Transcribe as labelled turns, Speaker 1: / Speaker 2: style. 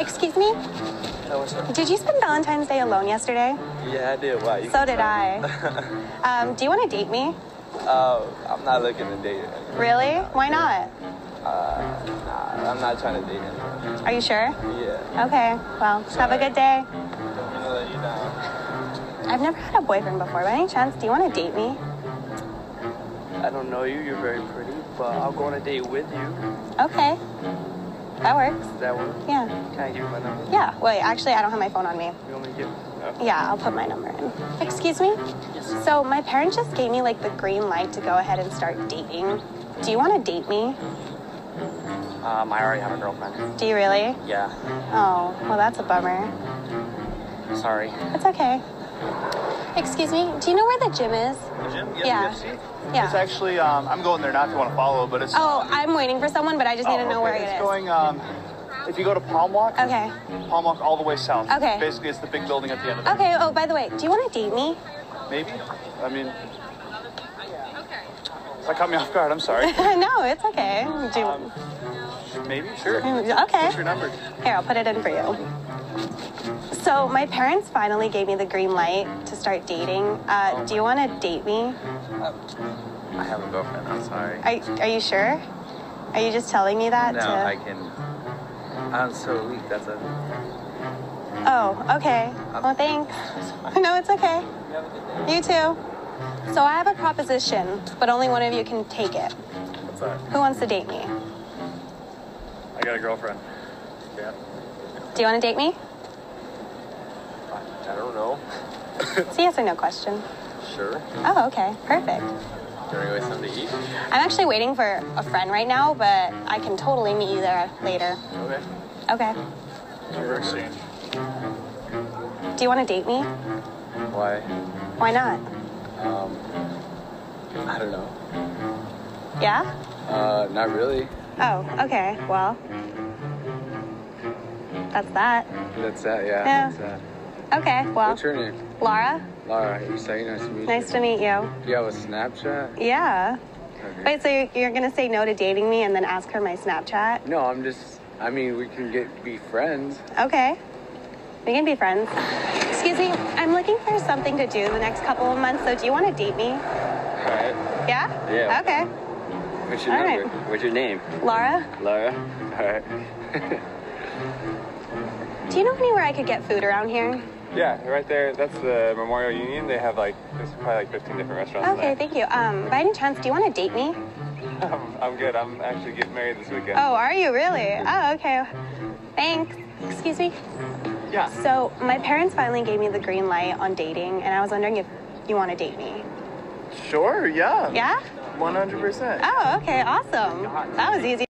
Speaker 1: Anthony,
Speaker 2: That was her.
Speaker 1: did you spend Valentine's Day alone yesterday?
Speaker 2: Yeah, I did. Wow. You
Speaker 1: So did I. Um, do you want to date me?
Speaker 2: Uh, I'm not looking to date. it.
Speaker 1: Really? Why not?
Speaker 2: Nah, I'm not trying to date anyone.
Speaker 1: Are you sure?
Speaker 2: Yeah.
Speaker 1: Okay. Well, have a good day.
Speaker 2: I'm gonna let you down.
Speaker 1: I've never had a boyfriend before. By any chance, do you want to date me?
Speaker 2: I don't know you. You're very pretty, but I'll go on a date with you.
Speaker 1: Okay. That works.
Speaker 2: That one.
Speaker 1: Yeah.
Speaker 2: Can I give you my number?
Speaker 1: Yeah. Wait, actually, I don't have my phone on me.
Speaker 2: You want me to give? Okay.
Speaker 1: Yeah, I'll put my number in. Excuse me? So, my parents just gave me like the green light to go ahead and start dating. Do you want to date me?
Speaker 2: Um, I already have a girlfriend.
Speaker 1: Do you really?
Speaker 2: Yeah.
Speaker 1: Oh, well, that's a bummer.
Speaker 2: Sorry.
Speaker 1: It's okay. Excuse me, do you know where the gym is?
Speaker 2: Jim?
Speaker 1: Yeah. Yeah.
Speaker 3: It's actually, um, I'm going there not if you want to follow, but it's.
Speaker 1: Oh, I'm waiting for someone, but I just need to know
Speaker 3: Oh,
Speaker 1: where
Speaker 3: okay.
Speaker 1: it
Speaker 3: it's
Speaker 1: is.
Speaker 3: going, um, if you go to Palm Walk,
Speaker 1: Okay.
Speaker 3: Palm Walk all the way south.
Speaker 1: Okay.
Speaker 3: Basically, it's the big building at the end of it.
Speaker 1: Okay, oh, by the way, do you want to date me?
Speaker 3: Maybe? I mean. That caught me off guard, I'm sorry.
Speaker 1: no, it's okay. Do
Speaker 3: Um, Maybe? Sure.
Speaker 1: Okay.
Speaker 3: What's your number?
Speaker 1: Here, I'll put it in for you. So, my parents finally gave me the green light to start dating. Uh,
Speaker 3: Oh
Speaker 1: do you want to date me?
Speaker 2: I have a girlfriend. I'm sorry.
Speaker 1: Are, are you sure? Are you just telling me that?
Speaker 2: no,
Speaker 1: to...
Speaker 2: I can. I'm so weak. That's a.
Speaker 1: Oh, okay. Well, thanks. No, it's okay. You too. So I have a proposition, but only one of you can take it.
Speaker 3: What's that?
Speaker 1: Who wants to date me?
Speaker 3: I got a girlfriend. Yeah.
Speaker 1: Do you want to date me?
Speaker 2: I don't know.
Speaker 1: It's a yes or no question.
Speaker 2: Sure.
Speaker 1: Oh, okay. Perfect.
Speaker 2: Do you want something to eat?
Speaker 1: I'm actually waiting for a friend right now, but I can totally meet you there later.
Speaker 3: Okay.
Speaker 1: Okay.
Speaker 3: We're exchanged.
Speaker 1: Do you want to date me?
Speaker 2: Why?
Speaker 1: Why not?
Speaker 2: Um, I don't know.
Speaker 1: Yeah?
Speaker 2: Uh, not really.
Speaker 1: Oh, okay. Well, that's that.
Speaker 2: That's that, yeah.
Speaker 1: Yeah.
Speaker 2: That's that.
Speaker 1: Okay. Well,
Speaker 2: What's your name?
Speaker 1: Laura,
Speaker 2: Laura, you say nice to meet you.
Speaker 1: nice to meet you.
Speaker 2: Do you have a Snapchat?
Speaker 1: Yeah.
Speaker 2: Okay.
Speaker 1: Wait, so you're, you're gonna say no to dating me and then ask her my Snapchat?
Speaker 2: No, I'm just, I mean, we can get be friends.
Speaker 1: Okay. We can be friends. Excuse me, I'm looking for something to do the next couple of months, so do you wanna date me?
Speaker 2: Alright.
Speaker 1: Yeah?
Speaker 2: Yeah.
Speaker 1: Okay.
Speaker 2: What's your
Speaker 1: All right.
Speaker 2: number? What's your name?
Speaker 1: Laura,
Speaker 2: Laura? Alright.
Speaker 1: do you know anywhere I could get food around here?
Speaker 4: Yeah, right there. That's the Memorial Union. They have like there's probably like 15 different restaurants.
Speaker 1: Okay, thank you. Um, by any chance, do you wanna date me?
Speaker 4: There. I'm, I'm good. I'm actually getting married this weekend.
Speaker 1: Oh, are you really? Oh, okay. Thanks. Excuse me?
Speaker 4: Yeah.
Speaker 1: So, my parents finally gave me the green light on dating, and I was wondering if you wanna date me.
Speaker 3: Sure, yeah.
Speaker 1: Yeah?
Speaker 3: 100%.
Speaker 1: Oh, okay, awesome. That was easy.